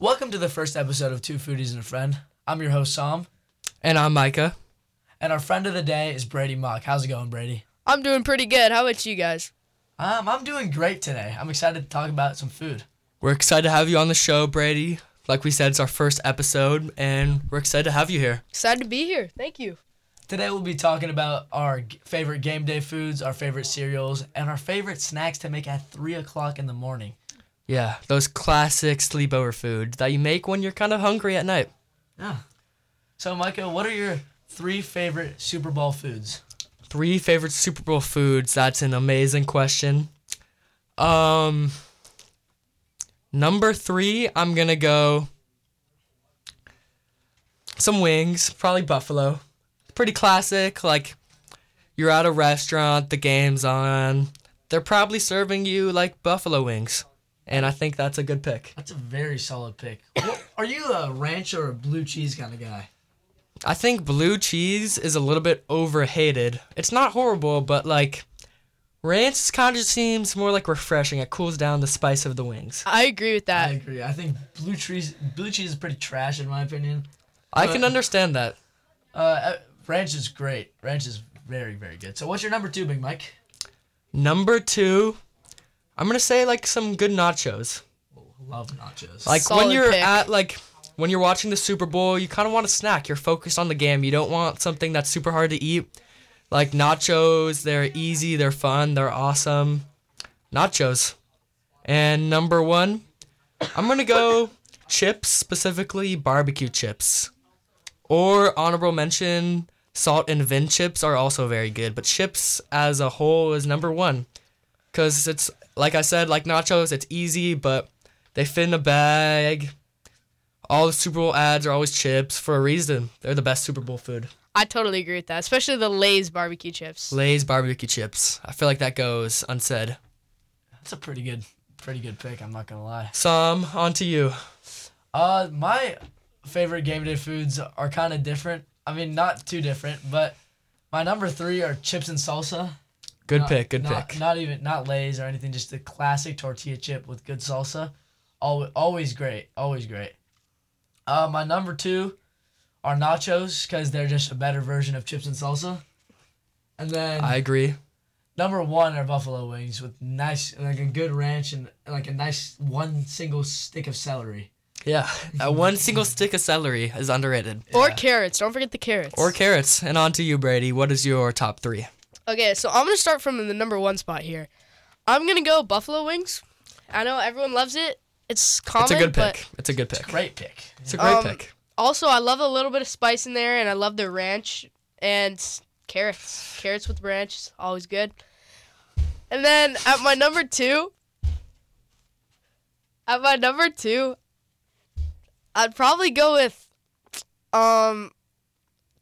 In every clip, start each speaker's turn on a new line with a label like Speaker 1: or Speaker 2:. Speaker 1: Welcome to the first episode of Two Foodies and a Friend. I'm your host, Sam,
Speaker 2: And I'm Micah.
Speaker 1: and our friend of the day is Brady Mock. How's it going, Brady?
Speaker 3: I'm doing pretty good. How about you guys?
Speaker 1: Um, I'm doing great today. I'm excited to talk about some food.
Speaker 2: We're excited to have you on the show, Brady. Like we said, it's our first episode, and we're excited to have you here.
Speaker 3: Excited to be here. Thank you.
Speaker 1: Today we'll be talking about our g- favorite game day foods, our favorite cereals, and our favorite snacks to make at three o'clock in the morning.
Speaker 2: Yeah, those classic sleepover food that you make when you're kind of hungry at night.
Speaker 1: Yeah. So, Micah, what are your three favorite Super Bowl foods?
Speaker 2: Three favorite Super Bowl foods. That's an amazing question. Um, number three, I'm gonna go some wings, probably buffalo. Pretty classic. Like you're at a restaurant, the game's on. They're probably serving you like buffalo wings, and I think that's a good pick.
Speaker 1: That's a very solid pick. What, are you a ranch or a blue cheese kind of guy?
Speaker 2: I think blue cheese is a little bit overhated. It's not horrible, but like ranch kind of seems more like refreshing. It cools down the spice of the wings.
Speaker 3: I agree with
Speaker 1: I
Speaker 3: that.
Speaker 1: agree. I think blue cheese blue cheese is pretty trash in my opinion.
Speaker 2: I can understand that.
Speaker 1: Uh, uh, ranch is great. Ranch is very very good. So what's your number two, Big Mike?
Speaker 2: Number two, I'm gonna say like some good nachos.
Speaker 1: Love nachos.
Speaker 2: Like when
Speaker 3: Solid
Speaker 2: you're
Speaker 3: pick.
Speaker 2: at like when you're watching the Super Bowl, you kind of want a snack. You're focused on the game. You don't want something that's super hard to eat. Like nachos, they're easy, they're fun, they're awesome. Nachos. And number one, I'm gonna go chips, specifically barbecue chips. Or honorable mention, salt and vin chips are also very good. But chips as a whole is number one. Cause it's like I said, like nachos, it's easy, but they fit in a bag. All the Super Bowl ads are always chips for a reason. They're the best Super Bowl food.
Speaker 3: I totally agree with that, especially the Lay's barbecue chips.
Speaker 2: Lay's barbecue chips. I feel like that goes unsaid.
Speaker 1: that's a pretty good pretty good pick. I'm not gonna lie.
Speaker 2: Sam, on to you.
Speaker 1: Uh, my favorite game day foods are kind of different. I mean, not too different, but my number three are chips and salsa.
Speaker 2: Good
Speaker 1: Not-
Speaker 2: pick, good
Speaker 1: not-
Speaker 2: pick.
Speaker 1: Not even not Lay's or anything, just the classic tortilla chip with good salsa. Always, always great, always great. Uh, my number two are nachos because they're just a better version of chips and salsa. And then
Speaker 2: I agree.
Speaker 1: number one are buffalo wings with nice like a good ranch and like a nice one single stick of celery.
Speaker 2: Yeah. Uh, one single stick of celery is underrated.
Speaker 3: Or
Speaker 1: Yeah.
Speaker 3: carrots. Don't forget the carrots.
Speaker 2: Or carrots. And on to you, Brady. What is your top three?
Speaker 3: okay, so I'm going to start from the number one spot here. I'm going to go Buffalo Wings. I know everyone loves it. It's common.
Speaker 2: It's a good
Speaker 3: but
Speaker 2: pick. It's a good pick.
Speaker 1: Great pick.
Speaker 2: It's a great
Speaker 3: Um,
Speaker 2: pick.
Speaker 3: Also, I love a little bit of spice in there, and I love the ranch and carrots. Carrots with ranch is always good. And then at my number two, at my number two, I'd probably go with um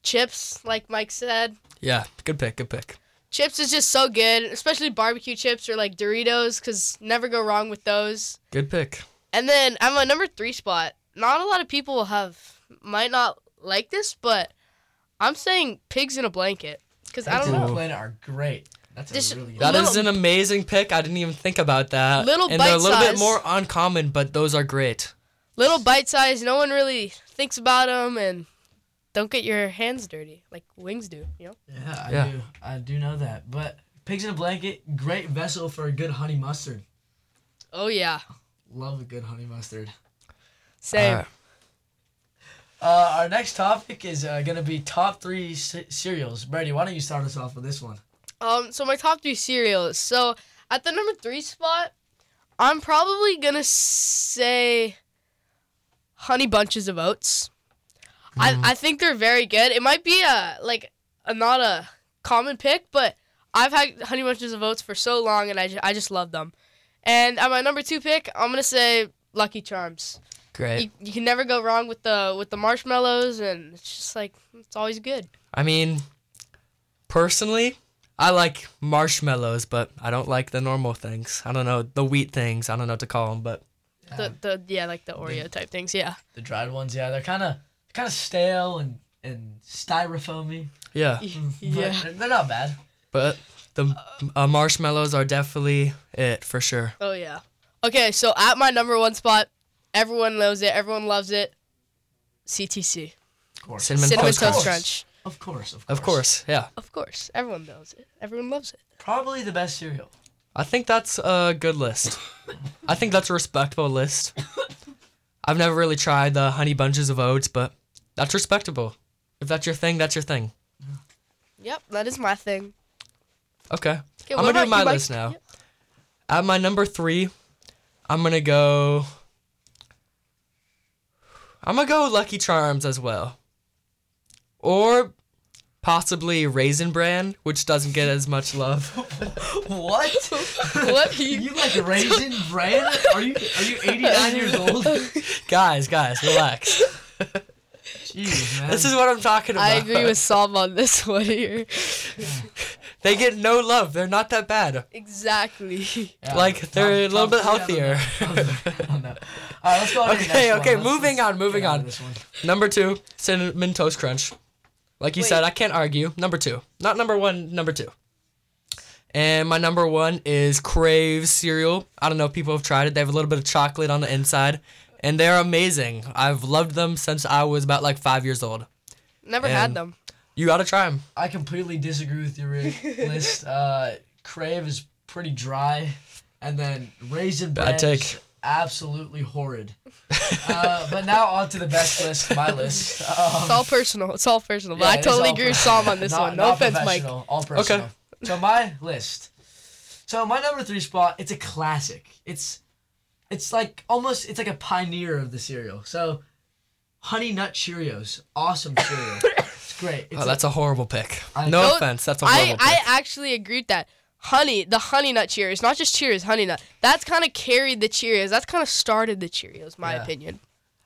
Speaker 3: chips, like Mike said.
Speaker 2: Yeah, good pick, good pick.
Speaker 3: Chips is just so good, especially barbecue chips or like Doritos, because never go wrong with those.
Speaker 2: Good pick.
Speaker 3: And then at my number three spot, not a lot of people have might not like this, but I'm saying pigs in a blanket because I
Speaker 1: Pigs
Speaker 3: don't
Speaker 1: on the
Speaker 3: know.
Speaker 2: Ooh.
Speaker 1: Planet are great. That's a
Speaker 3: This-
Speaker 1: really good.
Speaker 2: That is
Speaker 3: Little-
Speaker 2: an amazing pick. I didn't even think about that.
Speaker 3: Little
Speaker 2: and they're a little bit
Speaker 3: bite-sized.
Speaker 2: more uncommon, but those are great.
Speaker 3: Little bite size, no one really thinks about them, and don't get your hands dirty like wings do. You know,
Speaker 1: Yeah, I
Speaker 2: Yeah.
Speaker 1: do. I do know that. But pigs in a blanket, great vessel for a good honey mustard.
Speaker 3: oh yeah,
Speaker 1: Love a good honey mustard.
Speaker 3: same.
Speaker 2: Alright.
Speaker 1: Uh, our next topic is uh, gonna be top three c- cereals. Brady, why don't you start us off with this one?
Speaker 3: Um, so my top three cereals. So at the number three spot, I'm probably gonna say honey bunches of oats. I, I think they're very good. It might be a like a, not a common pick, but I've had honey bunches of oats for so long, and I ju- I just love them. And at my number two pick, I'm gonna say Lucky Charms.
Speaker 2: Great.
Speaker 3: You, you can never go wrong with the with the marshmallows, and it's just like it's always good.
Speaker 2: I mean, personally, I like marshmallows, but I don't like the normal things. I don't know the wheat things. I don't know what to call them, but
Speaker 3: The the yeah like the Oreo type things. Yeah.
Speaker 1: The dried ones, yeah, they're kind of kind of stale and and styrofoamy.
Speaker 2: yeah.
Speaker 1: but they're, they're not bad.
Speaker 2: But the uh, marshmallows are definitely it for sure.
Speaker 3: Oh yeah. Okay, so at my number one spot, Everyone knows it. Everyone loves it. CTC.
Speaker 1: Of course.
Speaker 2: Cinnamon
Speaker 3: Cinnamon
Speaker 2: Toast Crunch.
Speaker 3: Toast Crunch.
Speaker 1: Of course. Of course.
Speaker 2: Of course, yeah.
Speaker 3: Of course. Everyone knows it. Everyone loves it.
Speaker 1: Probably the best cereal.
Speaker 2: I think that's a good list. I think that's a respectable list. I've never really tried the honey bunches of oats, but that's respectable. If that's your thing, that's your thing.
Speaker 3: Yep, that is my thing.
Speaker 2: Okay.
Speaker 3: Okay,
Speaker 2: I'm
Speaker 3: what
Speaker 2: gonna do
Speaker 3: about
Speaker 2: my
Speaker 3: you, Mike?
Speaker 2: list now.
Speaker 3: Yep.
Speaker 2: At my number three, I'm gonna go. I'm gonna go Lucky Charms as well, or possibly Raisin Bran, which doesn't get as much love.
Speaker 1: What?
Speaker 3: What are
Speaker 1: you
Speaker 3: you?
Speaker 1: like raisin bran? Are you are you 89 years old?
Speaker 2: guys, guys, relax.
Speaker 1: Jeez, man.
Speaker 2: This is what I'm talking about.
Speaker 3: I agree with Sam on this one here.
Speaker 2: They get no love. They're not that bad.
Speaker 3: Exactly.
Speaker 1: Yeah.
Speaker 2: like they're
Speaker 1: Tom-
Speaker 2: a little bit
Speaker 1: Tom, yeah,
Speaker 2: healthier.
Speaker 1: I don't know. I don't know. All right, let's go on to the
Speaker 2: Okay,
Speaker 1: next
Speaker 2: okay,
Speaker 1: one.
Speaker 2: moving on, moving
Speaker 1: get out of
Speaker 2: on.
Speaker 1: This one.
Speaker 2: Number two, cinnamon toast crunch. Like you
Speaker 3: Wait.
Speaker 2: said, I can't argue. Number two, not number one, number two. And my number one is Crave cereal. I don't know if people have tried it. They have a little bit of chocolate on the inside, and they're amazing. I've loved them since I was about like five years old.
Speaker 3: Never had
Speaker 2: And-
Speaker 3: them.
Speaker 2: You gotta try them.
Speaker 1: I completely disagree with your ri- list. Uh, Crave is pretty dry, and then Raisin Bran
Speaker 2: Bad
Speaker 1: is
Speaker 2: take.
Speaker 1: absolutely horrid. uh, but now on to the best list, my list. Um,
Speaker 3: It's all personal. It's all personal.
Speaker 1: Yeah,
Speaker 3: but
Speaker 1: it
Speaker 3: I
Speaker 1: is
Speaker 3: totally
Speaker 1: all
Speaker 3: agree with
Speaker 1: personal.
Speaker 3: Sam on this
Speaker 1: Not-
Speaker 3: one. No
Speaker 1: not
Speaker 3: offense, Mike.
Speaker 1: professional, All personal. So my list. So my number three spot. It's a classic. It's, it's like almost. It's like a pioneer of the cereal. So, Honey Nut Cheerios, awesome cereal. it's great. It's
Speaker 2: Oh, that's a horrible pick.
Speaker 1: I-
Speaker 2: no
Speaker 3: Those-
Speaker 2: offense, that's a
Speaker 3: I,
Speaker 2: horrible
Speaker 3: I
Speaker 2: pick.
Speaker 3: actually agree with that. Honey, the honey nut Cheerios, not just Cheerios, honey nut. That's kind of carried the Cheerios. That's kind of started the Cheerios, my
Speaker 1: Yeah.
Speaker 3: opinion.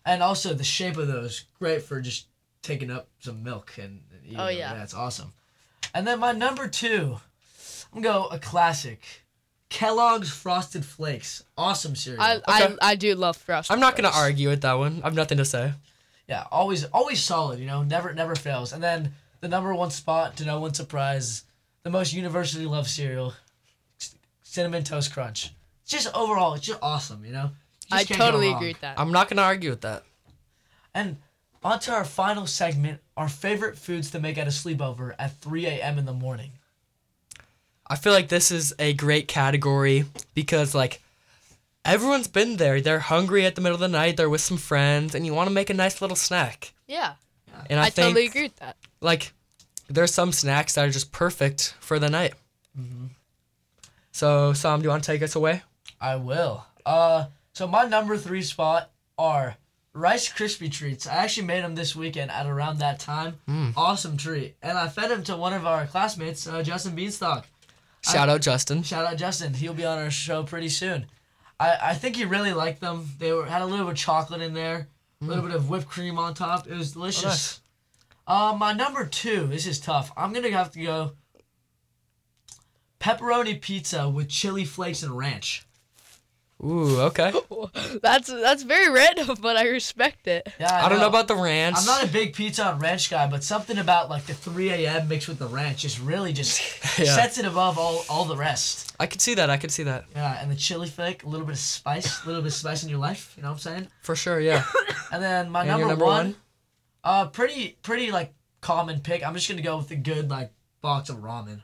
Speaker 1: and also the shape of those great for just taking up some milk and and eating
Speaker 3: Oh,
Speaker 1: them.
Speaker 3: yeah.
Speaker 1: that's awesome and then my number two i'm gonna go a classic kellogg's frosted flakes awesome cereal
Speaker 3: I,
Speaker 2: Okay.
Speaker 3: I I do love Frosted.
Speaker 2: I'm not gonna
Speaker 3: Flakes.
Speaker 2: argue with that one. I've nothing to say.
Speaker 1: yeah always always solid you know never never fails and then the number one spot to no one's surprise the most universally loved cereal c- cinnamon toast crunch just overall it's just awesome you know You
Speaker 3: I
Speaker 1: just can't go
Speaker 3: totally
Speaker 1: wrong.
Speaker 3: agree with that.
Speaker 2: I'm not gonna argue with that.
Speaker 1: And on to our final segment, our favorite foods to make at a sleepover at 3 a.m. in the morning.
Speaker 2: I feel like this is a great category because like everyone's been there. They're hungry at the middle of the night. They're with some friends, and you want to make a nice little snack.
Speaker 3: yeah,
Speaker 2: And I,
Speaker 3: I,
Speaker 2: think
Speaker 3: totally agree with that.
Speaker 2: like there's some snacks that are just perfect for the night. So Sam, do you want to take us away?
Speaker 1: I will. Uh, so my number three spot are Rice Krispie treats. I actually made them this weekend at around that time.
Speaker 2: Hmm.
Speaker 1: Awesome treat, and I fed them to one of our classmates, uh, Justin Beanstalk.
Speaker 2: Shout out Justin.
Speaker 1: Shout out Justin. He'll be on our show pretty soon. I, I think he really liked them. They were had a little bit of chocolate in there, a
Speaker 2: Hmm.
Speaker 1: little bit of whipped cream on top.
Speaker 2: Oh,
Speaker 1: It was delicious. Uh, my number two. This is tough. I'm gonna have to go. Pepperoni pizza with chili flakes and ranch.
Speaker 2: Ooh, okay.
Speaker 3: That's that's very random, but I respect it.
Speaker 1: Yeah,
Speaker 2: I don't know about the ranch.
Speaker 1: I'm not a big pizza and ranch guy, but something about like the 3 a.m. mixed with the ranch just really just
Speaker 2: Yeah.
Speaker 1: sets it above all all the rest.
Speaker 2: I could see that. I could see that
Speaker 1: Yeah, and the chili flake, a little bit of spice, a little bit of spice in your life. You know what I'm saying?
Speaker 2: for sure. Yeah.
Speaker 1: And then my
Speaker 2: And
Speaker 1: number,
Speaker 2: your number
Speaker 1: one,
Speaker 2: one?
Speaker 1: uh, pretty pretty like common pick. I'm just gonna go with the good like box of ramen.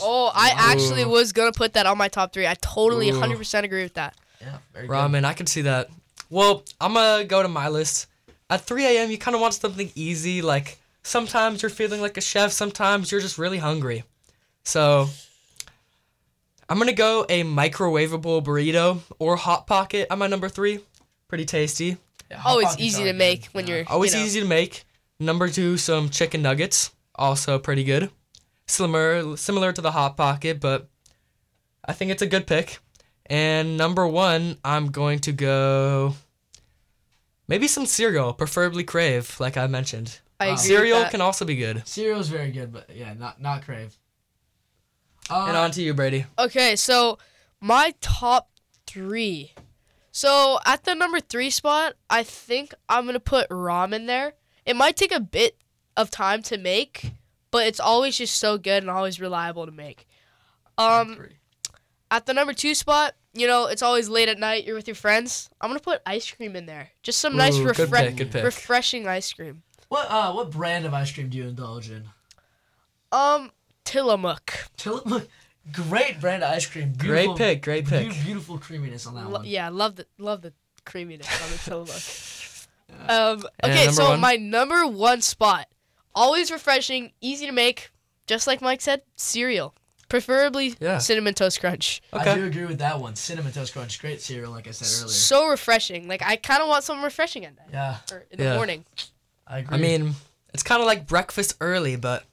Speaker 3: Oh, I actually
Speaker 2: Ooh.
Speaker 3: was gonna put that on my top three. I totally
Speaker 2: Ooh.
Speaker 3: 100% agree with that.
Speaker 1: Yeah, very good.
Speaker 2: Ramen, I can see that. Well, I'm gonna go to my list. At 3 a.m., you kind of want something easy. Like sometimes you're feeling like a chef, sometimes you're just really hungry. So I'm gonna go a microwavable burrito or hot pocket on my number three. Pretty tasty.
Speaker 1: Yeah, hot
Speaker 3: Always
Speaker 1: pockets
Speaker 3: Oh, easy
Speaker 1: are
Speaker 3: to
Speaker 1: good,
Speaker 3: make when
Speaker 1: yeah.
Speaker 3: you're
Speaker 2: Always
Speaker 3: you know.
Speaker 2: easy to make. Number two, some chicken nuggets, also pretty good. Slimmer, similar to the hot pocket, but I think it's a good pick. And number one, I'm going to go maybe some cereal, preferably Crave, like I mentioned.
Speaker 3: I agree.
Speaker 2: Uh, Cereal
Speaker 3: with that.
Speaker 2: can also be good.
Speaker 1: Cereal's very good, but yeah, not not crave. Uh,
Speaker 2: and on to you, Brady.
Speaker 3: Okay, so my top three. So at the number three spot, I think I'm gonna put ramen there. It might take a bit of time to make, but it's always just so good and always reliable to make. Um,
Speaker 1: Three.
Speaker 3: at the number two spot, you know, it's always late at night. You're with your friends. I'm gonna put ice cream in there. Just some nice,
Speaker 2: Ooh, good
Speaker 3: refre-
Speaker 2: pick, good pick.
Speaker 3: refreshing ice cream.
Speaker 1: What uh what brand of ice cream do you indulge in?
Speaker 3: Um, Tillamook.
Speaker 1: Tillamook, great brand of ice cream.
Speaker 2: Great
Speaker 1: Beautiful-
Speaker 2: pick, great
Speaker 1: beau-
Speaker 2: pick.
Speaker 1: Beautiful creaminess on that
Speaker 3: Lo-
Speaker 1: one.
Speaker 3: yeah, love the love the creaminess on the Tillamook. Um, okay,
Speaker 2: number
Speaker 3: so
Speaker 2: one?
Speaker 3: my number one spot, always refreshing, easy to make, just like Mike said, cereal, preferably
Speaker 2: Yeah.
Speaker 3: cinnamon toast crunch.
Speaker 1: I
Speaker 2: Okay.
Speaker 1: do agree with that one. Cinnamon Toast Crunch, great cereal, like I said earlier.
Speaker 3: So refreshing. Like I kind of want something refreshing at night
Speaker 1: yeah,
Speaker 3: or in the
Speaker 2: Yeah.
Speaker 3: morning.
Speaker 1: I agree.
Speaker 2: I mean, it's kind of like breakfast early, but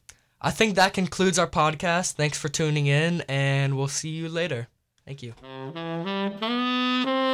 Speaker 2: I think that concludes our podcast. Thanks for tuning in, and we'll see you later. Thank you.
Speaker 3: Mm-hmm.